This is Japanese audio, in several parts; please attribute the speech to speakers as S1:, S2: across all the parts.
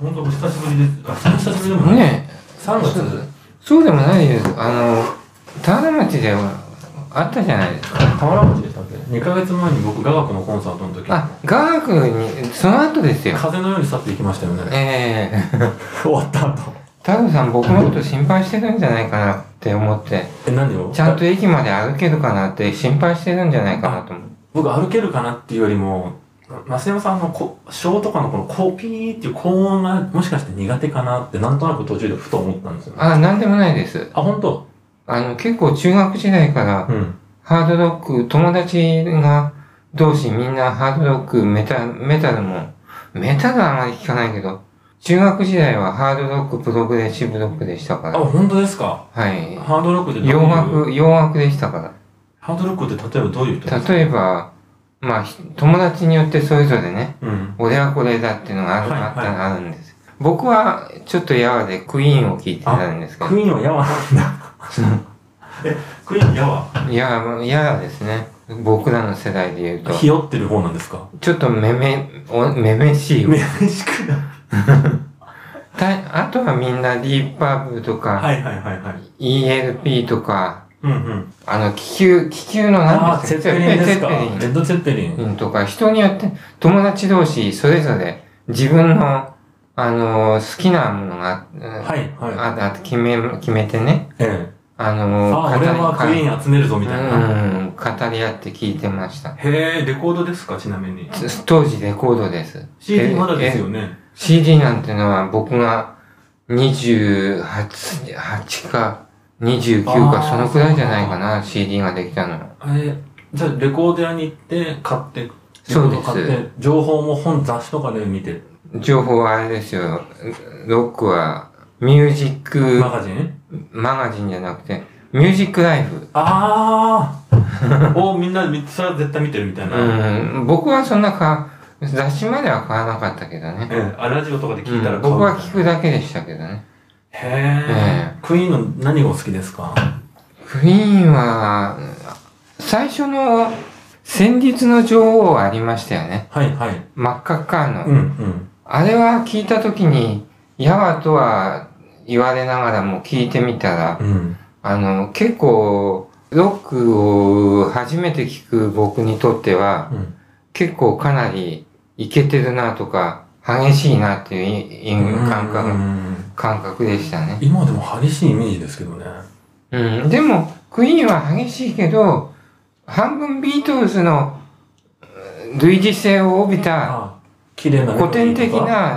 S1: 本当お久しぶりです。あ、久しぶりでもない。
S2: ね
S1: 3月
S2: そうでもないです。あの、田原町ではあったじゃないですか。
S1: 河原町でしたっけ ?2 ヶ月前に僕、雅楽のコンサートの時
S2: あ、雅楽に、その後ですよ。
S1: 風のように去っていきましたよね。
S2: ええ
S1: 終わった後。
S2: タグさん僕のこと心配してるんじゃないかなって思って、
S1: え、何を
S2: ちゃんと駅まで歩けるかなって心配してるんじゃないかなと思う。
S1: 僕歩けるかなっていうよりも、増山さんのこ小とかのこのコピーっていう高音がもしかして苦手かなってなんとなく途中でふと思ったんですよね。
S2: あ、なんでもないです。
S1: あ、本当
S2: あの、結構中学時代から
S1: うん。
S2: ハードロック、友達が同士みんなハードロック、メタメタルも、メタルはあまり聞かないけど、中学時代はハードロック、プログレッシブロックでしたか
S1: あ、
S2: ら。
S1: 本当ですか
S2: はい。
S1: ハードロックってどういう
S2: 洋楽、洋楽でしたから。
S1: ハードロックって例えばどういう人ですか
S2: 例えば、まあ、ひ友達によってそれぞれね、
S1: うん。
S2: 俺はこれだっていうのがある,、
S1: はい
S2: あった
S1: はい
S2: あるんです。僕はちょっとやわでクイーンを聞いてたんですけ
S1: クイーンはヤワなんだ。 え、クイーンヤワ
S2: ど、いや、まあやわですね。僕らの世代で言うと、
S1: ひよってる方なんですか
S2: ちょっとめめ、おめめしい。
S1: めめしくない。
S2: たあとはみんなディープパーブルとか、
S1: はいはいはいはい。
S2: ELP とか、
S1: うんうん。
S2: あの、気球、気球の
S1: あ
S2: 何
S1: あ、
S2: です
S1: セ
S2: か
S1: ッペリンですか
S2: ゼッペリン
S1: レッドセッペリン。
S2: うんとか、人によって、友達同士、それぞれ、自分の、あの好きなものが、
S1: は
S2: はい
S1: はい。
S2: ああ決め、決めてね、
S1: ええ。
S2: あ
S1: あ
S2: の
S1: あ、俺はクイ
S2: 語り
S1: ーン集めるぞみたいな。
S2: うん、語り合って聞いてました。
S1: へえ、レコードですかちなみに。
S2: つ当時レコードです。
S1: CD
S2: え
S1: まだです。よ
S2: え
S1: ね。
S2: CD なんてのは僕が28 8か29
S1: あ
S2: か
S1: ー
S2: そのくらいじゃないかな、CD ができたの。
S1: えじゃあ、レコード屋に行って、買って、
S2: そうです
S1: レコード買って、情報も本、雑誌とかで見て、
S2: 情報はあれですよ、ロックはミュージック
S1: マガジン
S2: マガジンじゃなくて、ミュージックライフ。
S1: ああ おみんな、みそれは絶対見てるみたいな。
S2: うん、僕はそんなか、雑誌までは買わなかったけどね。
S1: ええあ、ラジオとかで聞いた
S2: う
S1: ら
S2: ん
S1: 買うみ
S2: 僕
S1: たいな、
S2: は聞くだけでしたけどね。
S1: へえ、クイーンの何がお好きですか
S2: クイーンは、最初の先日の女王ありましたよね。
S1: はいはい。
S2: 真っ赤っかの。
S1: うんうん。
S2: あれは聞いた時に、やわとは言われながらも聞いてみたら、
S1: うん。
S2: あの、結構、ロックを初めて聞く僕にとっては、
S1: うん。
S2: 結構かなりイケてるなとか、激しいなっていういう感
S1: う
S2: 覚、
S1: ん
S2: 感覚でしたね。
S1: 今でも激しいイメージですけどね。
S2: うん。でも、クイーンは激しいけど、半分ビートルズのうん類似性を帯びた
S1: あ綺麗なメロ
S2: 古
S1: ディ
S2: 典
S1: ーとか
S2: 的。な、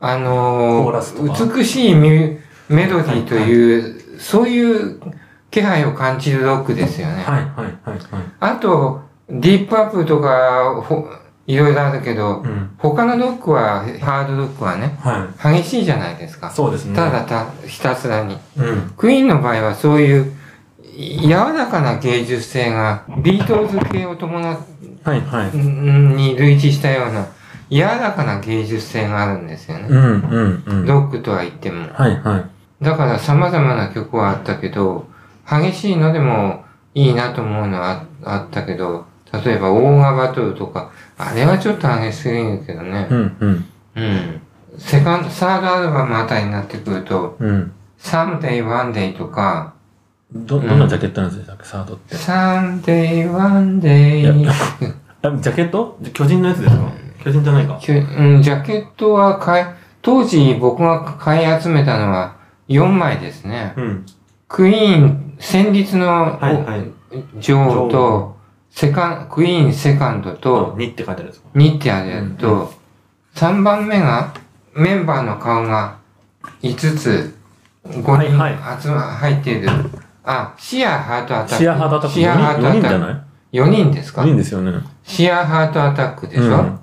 S2: あ
S1: コー
S2: の
S1: ラスとか
S2: ー、美しいミュメロディーという、そういう気配を感じるロックですよね。
S1: はいはいはいはい。
S2: あと、ディープアップとか、ほいろいろあるけど、
S1: うん。
S2: 他のロックは、ハードロックはね、
S1: は
S2: 激しいじゃないです
S1: い。
S2: か。
S1: そうですね。
S2: ただた、ひたすらに。
S1: うん。
S2: クイーンの場合はそういう柔らかな芸術性がビートルズ系を伴っ
S1: はいはい。
S2: んに類似したような柔らかな芸術性があるんですよね。
S1: うんうんうん。
S2: ロックとは言っても。
S1: はいはい。
S2: だから様々な曲はあったけど、激しいのでもいいなと思うのはああったけど、例えばオーガバトルとか、あれはちょっと激しすぎるけどね
S1: う。んうん
S2: うん。セカンド、サードアルバムあたりになってくると、
S1: うん。
S2: サムデイワンデイとか、
S1: ど、どんなジャケットなんですかサードって。
S2: サンデー、ワンデ
S1: いや
S2: ー。
S1: あジャケット巨人のやつですか巨人じゃないか。
S2: きゅうんジャケットは買い、当時僕が買い集めたのは4枚ですね。
S1: うん。
S2: クイーン、先日の
S1: はいはい。
S2: 女王
S1: 女
S2: と、セカン、クイーンセカンドと、
S1: 2って書いてあるんですか
S2: 2ってあるやつと、3番目が、メンバーの顔が5つ、5
S1: はいはい
S2: 人集ま、入っている。あ、シアハートアタック。
S1: シアハだとか
S2: シアハートア
S1: 4人
S2: タ
S1: じゃ
S2: ック。
S1: な
S2: 4人です
S1: い
S2: か
S1: ?4 人ですよね。
S2: シアハートアタックでしょ、
S1: うん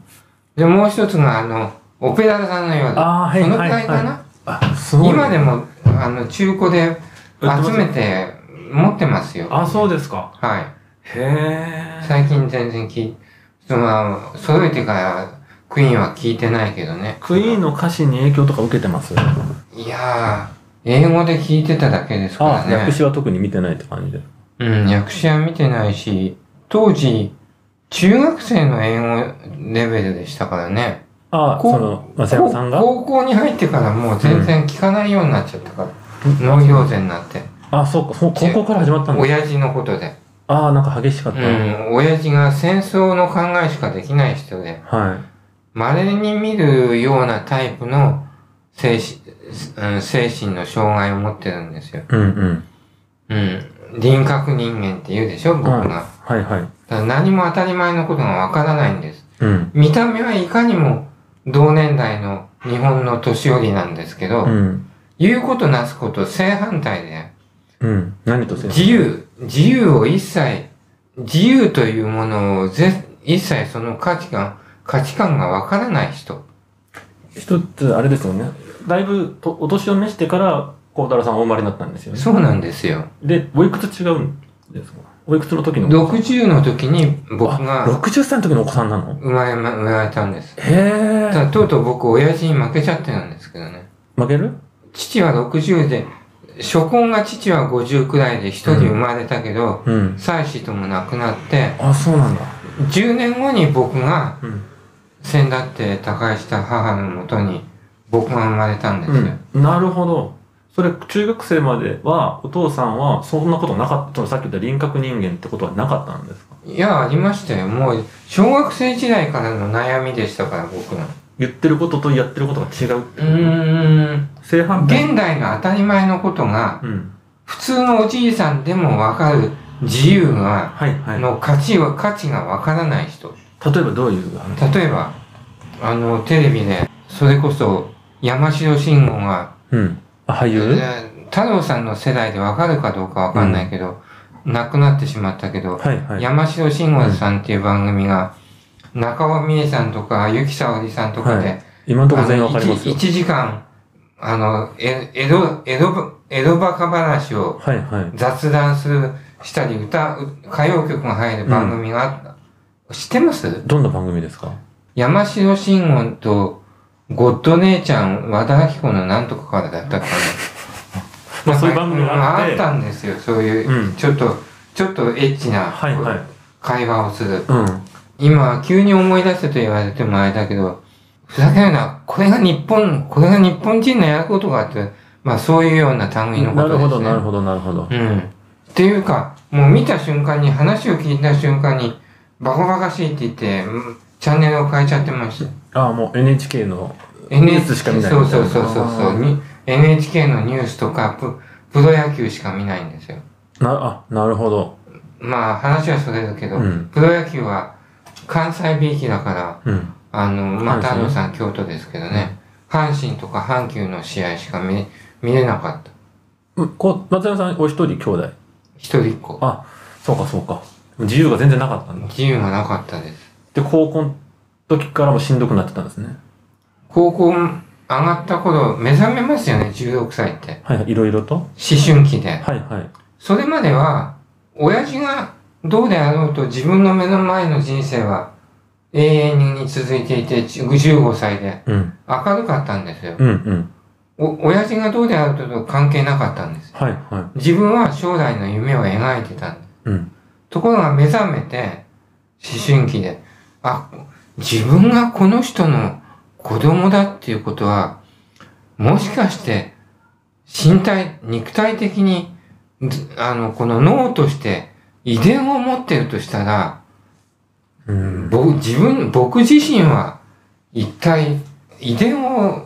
S2: で、もう一つが、あの、オペラ座のようだ。
S1: ああ、はい
S2: そのく
S1: はい
S2: らいか
S1: はい。
S2: な、
S1: あ、すごい。
S2: 今でも、あの、中古で
S1: 売ってます
S2: 集めて持ってますよ。
S1: あ、そうですか。
S2: は
S1: へ
S2: い。
S1: え。
S2: 最近全然聞い、その、揃えてから、クイーンは聞いてないけどね。
S1: クイーンの歌詞に影響とか受けてます
S2: いやー、英語で聞いてただけですから
S1: あ、
S2: ね。
S1: 略詞は特に見てないって感じで。
S2: うん、訳詞は見てないし、当時、中学生の英語レベルでしたからね。
S1: ああ、
S2: こう
S1: その、松山さんが
S2: 高校に入ってからもう全然聞かないようになっちゃったから。農業税になって。
S1: ああ、そうか、そう高校から始まったんだ。
S2: 親父のことで。
S1: ああ、なんか激しかっ
S2: う
S1: たね。
S2: ん。親父が戦争の考えしかできない人で、
S1: は
S2: 稀に見るようなタイプの精神、うん精神の障害を持ってるんです
S1: い。
S2: よ。
S1: うんうん。
S2: うん。輪郭人間って言うでしょ、僕が。
S1: はい
S2: だか
S1: はいはい。
S2: ら何も当たり前のことがわからないんです。
S1: うん。
S2: 見た目はいかにも同年代の日本の年寄りなんですけど、
S1: うん。
S2: 言うことなすこと正反対で、
S1: うん。何と先生
S2: 自由、自由を一切、自由というものをぜ一切その価値観、価値観がわからない人。
S1: 一つ、あれですよね。だいぶと、お年を召してから、孝太郎さんはお生まれになったんですよね。
S2: そうなんですよ。
S1: で、おいくつ違うんですかおいくつの時の
S2: 60の時に僕
S1: あ
S2: が
S1: 60歳の時のお子さんなの
S2: 生まれま、生まれたんです。
S1: へ
S2: た
S1: え。
S2: だとうとう僕親父に負けちゃってるんですけどね。
S1: 負ける
S2: 父は60で、初婚が父は50くらいで一人生まれたけど、
S1: うん。
S2: 妻子とも亡くなって、
S1: あ、そうなんだ。
S2: 10年後に僕が
S1: うん。
S2: 先だって他界した母のもとに僕が生まれたんですよ。
S1: うん、なるほど。それ、中学生までは、お父さんは、そんなことなかった、そのさっき言った輪郭人間ってことはなかったんですか
S2: いや、ありましたよ。もう、小学生時代からの悩みでしたから、僕の。
S1: 言ってることとやってることが違うって
S2: うーん。
S1: 正反対。
S2: 現代の当たり前のことが、
S1: うん。
S2: 普通のおじいさんでもわかる自由が、
S1: はいはい。
S2: の価値は、価値がわからない人。
S1: 例えばどういう話
S2: 例えば、あの、テレビで、それこそ、山城慎吾が、
S1: うん。あ、俳
S2: え
S1: 優
S2: ー太郎さんの世代でわかるかどうかわかんないけど、亡くなってしまったけど、
S1: はいはい。
S2: 山城慎吾さんっていう番組が、中尾美恵さんとか、ゆきさおりさんとかで、
S1: は今のところ全員わかりますよ。
S2: 1時間、あの、え江戸、江戸、江戸バカ話を
S1: はいはい。
S2: 雑談する、したり歌う、歌謡曲が入る番組があった。知ってます
S1: どんな番組ですか
S2: 山城慎吾と、ゴッド姉ちゃん、和田アキ子のなんとかからだったかな。
S1: まあそういう番組があっ
S2: うん
S1: て。
S2: たんですよ。そういう、
S1: うん
S2: ちょっと、ちょっとエッチな
S1: はいはい。
S2: 会話をする。
S1: うん。
S2: 今、急に思い出せと言われてもあれだけど、ふざけるな、これが日本、これが日本人のやることかって、まあそういうような類のこ
S1: なる
S2: とですね。
S1: ほど、なるほど、なるほど。
S2: うん。っていうか、もう見た瞬間に、話を聞いた瞬間に、バカバカしいって言って、うんチャンネルを変えちゃってました。
S1: ああ、もう NHK のニュー
S2: NHK
S1: スしか見ない
S2: そ
S1: み
S2: う
S1: たい
S2: そう
S1: な
S2: そうそうそうに。NHK のニュースとかプ、プロ野球しか見ないんですよ。
S1: な、あ、なるほど。
S2: まあ話はそれるけど、
S1: うん
S2: プロ野球は関西びいきだから、
S1: うん。
S2: あの、まあ、
S1: 阪神
S2: 太郎さん京都ですけどね、阪神とか阪急の試合しか見見れなかった。
S1: うんこう、松山さん、お一人兄弟。
S2: 一人っ子。
S1: あ、そうかそうか。自由が全然なかったんだ。
S2: 自由がなかったです。
S1: で、高校の時からもしんどくなってたんですね。
S2: 高校上がった頃、目覚めますよね、16歳って。
S1: はいはい、いろいろと。
S2: 思春期で。
S1: はいはい。
S2: それまでは、親父がどうであろうと自分の目の前の人生は永遠に続いていて、15歳で
S1: うん。
S2: 明るかったんですよ。
S1: うんうん。
S2: お、親父がどうであろうと関係なかったんです。
S1: はいは
S2: 自分は将来の夢を描いてたんです。
S1: い。うん。
S2: ところが目覚めて、思春期で、あ、自分がこの人の子供だっていうことは、もしかして、身体、肉体的に、ずあの、この脳として遺伝を持ってるとしたら、
S1: うん。
S2: 僕、自分、僕自身は一体遺伝をん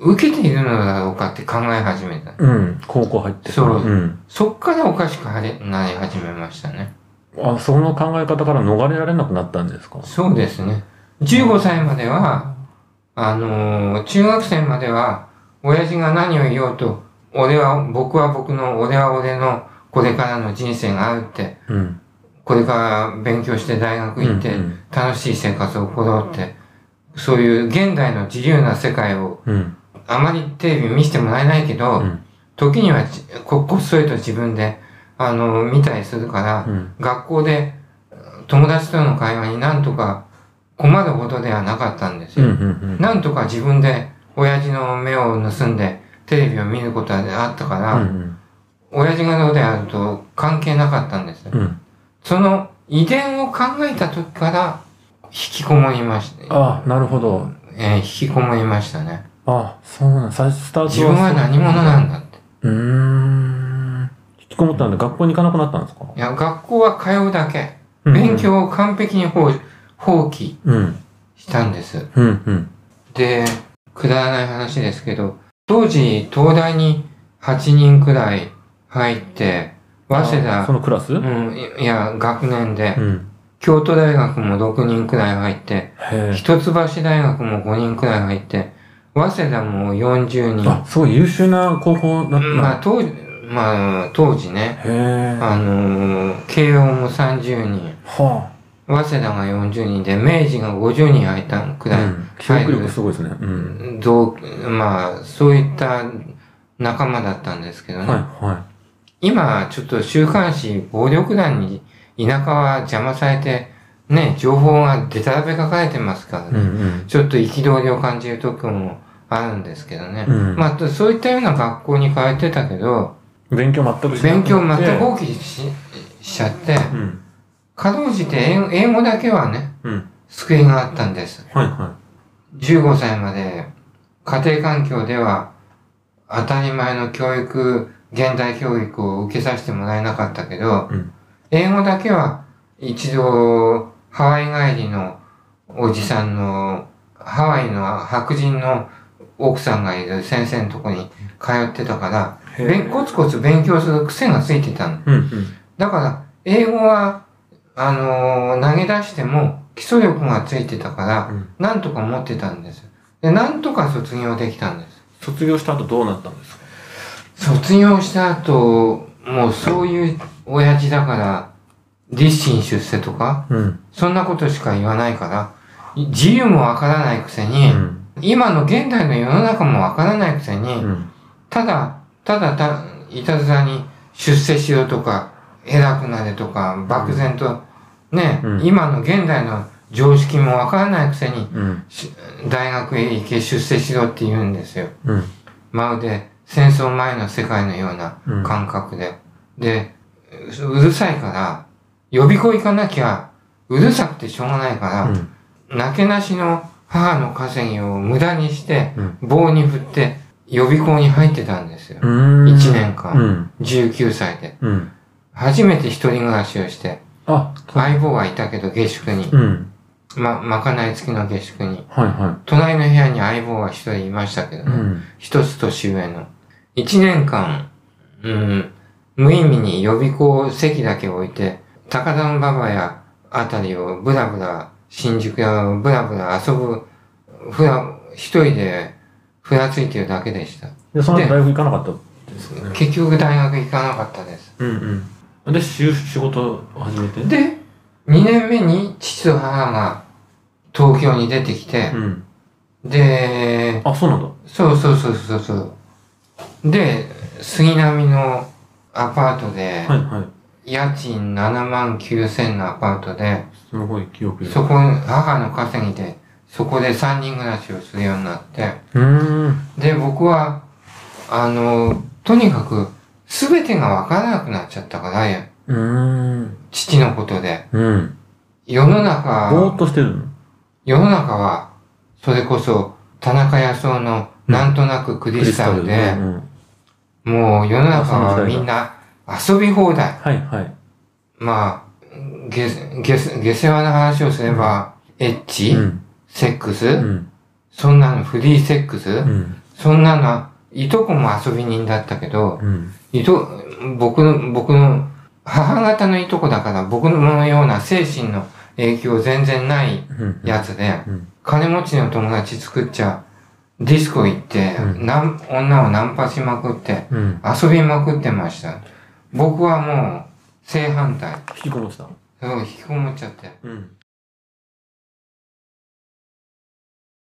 S2: 受けているのだろうかって考え始めた。
S1: うん。高校入って。
S2: そう
S1: うん。
S2: そっからおかしくはれなり始めましたね。
S1: あ、その考え方から逃れられなくなったんですか
S2: そうですね。15歳までは、あのー中学生までは、親父が何を言おうと、俺は、僕は僕の、俺は俺の、これからの人生があるって、
S1: うん。
S2: これから勉強して大学行って
S1: う、ん
S2: 楽しい生活を送ろうって、そういう現代の自由な世界を、
S1: うん。
S2: あまりテレビ見せてもらえないけ
S1: う
S2: ど、
S1: ん
S2: 時にはじこ、こっそりと自分で、あのー見たりするから、
S1: うん。
S2: 学校で友達との会話になんとか困るほどではなかったんです
S1: うん。う
S2: よ。
S1: んうん。
S2: なんとか自分で親父の目を盗んでテレビを見ることであったか
S1: う
S2: ら、
S1: ん。
S2: 親父がどうであると関係なかったんですよ。
S1: うん。
S2: その遺伝を考えた時から引きこもりました。
S1: あ、なるほど。
S2: えー引きこもりましたね。
S1: あ、そうなん最初スタート
S2: 自分は何者なん
S1: だ
S2: だって。
S1: うーん。引きこもったんで学校に行かなくなったんですか
S2: いや、学校は通うだけ。勉。強を完璧に放放棄
S1: うん。
S2: したんです。
S1: うん。うん。
S2: で、くだらない話ですけど、当時、東大に8人くらい入って、早稲
S1: あそ
S2: 田、
S1: のクラスう。
S2: うんん、いいや、学年で、京都大学も6人くらい入って、
S1: へえ。
S2: 一橋大学も5人くらい入って、早稲田も40人。
S1: あ、すごい優秀な高校だった。
S2: まあ、当時、まあ、当時ね、
S1: へえ。
S2: あのー慶応も30人。
S1: は
S2: 早稲田が40人で、明治が50人入ったく
S1: あ。
S2: らい、
S1: うん。記憶力すごいですね。うん。
S2: 同まあ、そういった仲間だったんですけど
S1: はい
S2: ね。
S1: は
S2: 今、ちょっと週刊誌、暴力団に田舎は邪魔されて、ね、情報がでたらべ書かれてますから
S1: い。う
S2: ね、
S1: ん
S2: ちょっと憤りを感じる時もあるんですけどね。
S1: うん。うん。
S2: まあ、とそういったような学校に通ってたけど、
S1: 勉強全くしなくな
S2: 勉
S1: って
S2: 強全く放棄ししちゃって、
S1: うん。
S2: かろうじて英語英語だけはね、
S1: うん。
S2: 救いがあったんです。
S1: はいは
S2: 15歳まで家庭環境では当たり前の教育、現代教育を受けさせてもらえなかったけど、
S1: うん
S2: 英語だけは一度ハワイ帰りのおじさんの、ハワイの白人の奥さんがいる先生のとこに通ってたから、
S1: い。へえ
S2: 勉コツコツ勉強する癖がついてたの。
S1: うんうん。
S2: だから、英語は、あのー投げ出しても基礎力がついてたから、
S1: うん
S2: なんとか持ってたんですよ。で、なんとか卒業できたんです。
S1: 卒業した後どうなったんですか
S2: 卒業した後、もうそういう親父だから、立身出世とか、
S1: うん。
S2: そんなことしか言わないから、い自由もわからないくせ
S1: う
S2: に、
S1: ん。
S2: 今の現代の世の中もわからないくせに、
S1: うん。
S2: ただ、ただた、いたずらに出世しろとか、偉くなれとか、漠然と、ね、
S1: うん
S2: 今の現代の常識もわからないくせに、
S1: うん。
S2: し大学へ行け出世しろって言うんですよ。
S1: うん。
S2: まるで戦争前の世界のような
S1: うん。
S2: 感覚で。で、ううるさいから、予備校行かなきゃ、うるさくてしょうがないから、なけなしの母の稼ぎを無駄にして、
S1: うん
S2: 棒に振って予備校に入ってたんですよ。
S1: うん。
S2: 一年間
S1: うん。
S2: 19歳で。
S1: うん。
S2: 初めて一人暮らしをして、
S1: あ、
S2: 相棒はいたけど下宿に、
S1: うん。
S2: ま、まかない付きの下宿に、
S1: はいは
S2: 隣の部屋に相棒は一人いましたけど
S1: い。う
S2: ね。
S1: ん。
S2: 一つ年上の。一年間、うん、無意味に予備校を席だけ置いて、高田馬場やあたりをブラブラ、新宿やブラブラ遊ぶ、ふら、一人でふらついてるだけでした。
S1: で、その後大学行かなかったですよね。
S2: 結局大学行かなかったです。
S1: うんうん。で、しゅ仕事を始めて。
S2: で、二年目に父と母が東京に出てきて
S1: う、ん。
S2: で、
S1: あ、そうなんだ。
S2: そうそうそうそうそう。で、杉並のアパートで、
S1: はいはい。
S2: 家賃7万9000のアパートで、
S1: すごい記憶力
S2: そこ、母の稼ぎで、そこで3人暮らしをするようになって、
S1: うーん。
S2: で、僕は、あの、とにかく、すべてがわからなくなっちゃったから、や
S1: うーん。
S2: 父のことで。
S1: うん。
S2: 世の
S1: ぼーっ
S2: 中、
S1: としてるの。
S2: 世の中は、それこそ、田中康夫の、なんとなくクリスタルで、
S1: うんうん
S2: もう世の中
S1: あそ
S2: は
S1: の時代
S2: み
S1: だ
S2: んな遊び放題。
S1: はいはい。
S2: まあ、下、下、下世話な話をすれば、エッチ、
S1: うん。
S2: セックス、
S1: うん。
S2: そんなのフリーセックス、
S1: うん。
S2: そんなの、いとこも遊び人だったけど、
S1: うん。
S2: いと、僕の、僕の、母方のいとこだから僕のような精神の影響全然ない
S1: うん。
S2: やつで、
S1: うん
S2: 金持ちの友達作っちゃ、ディスコ行って、
S1: う
S2: なん女をナンパしまくって、
S1: うん。
S2: 遊びまくってました。僕はもう、正反対。
S1: 引きこもってたの
S2: それを引きこもっちゃって。
S1: うん。